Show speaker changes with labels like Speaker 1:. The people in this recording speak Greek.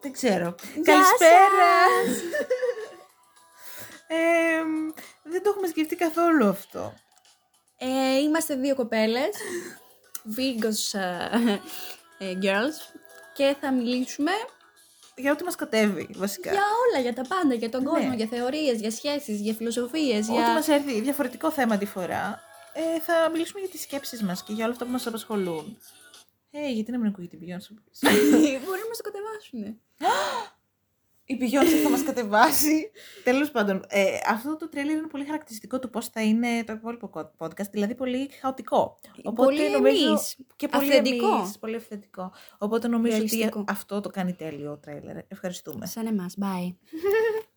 Speaker 1: Δεν ξέρω.
Speaker 2: Γεια
Speaker 1: Καλησπέρα! Ε, δεν το έχουμε σκεφτεί καθόλου αυτό.
Speaker 2: Ε, είμαστε δύο κοπέλες, Virgos ε, ε, girls, και θα μιλήσουμε
Speaker 1: Για ό,τι μας κατέβει, βασικά.
Speaker 2: για όλα, για τα πάντα, για τον κόσμο, για θεωρίες, για σχέσεις, για φιλοσοφίες,
Speaker 1: Ναι. Ό,τι
Speaker 2: για...
Speaker 1: μας έρθει διαφορετικό θέμα τη φορά, ε, θα μιλήσουμε για τις σκέψεις μας και για όλα αυτά που μας απασχολούν. Ε, γιατί να μην ακούγεται η Beyoncé.
Speaker 2: Μπορεί να μας το κατεβάσουν.
Speaker 1: Η Beyoncé θα μας κατεβάσει. Τέλος πάντων, ε, αυτό το τρέλερ είναι πολύ χαρακτηριστικό του πώς θα είναι το υπόλοιπο podcast, δηλαδή πολύ χαοτικό.
Speaker 2: Πολύ
Speaker 1: νομίζω-
Speaker 2: εμείς.
Speaker 1: Και πολύ
Speaker 2: Αυθεντικό.
Speaker 1: εμείς, πολύ αυθεντικό. Οπότε νομίζω ότι
Speaker 2: Ρεαλιστικό.
Speaker 1: αυτό το κάνει τέλειο ο τρέλερ. Ευχαριστούμε.
Speaker 2: Σαν εμάς, bye.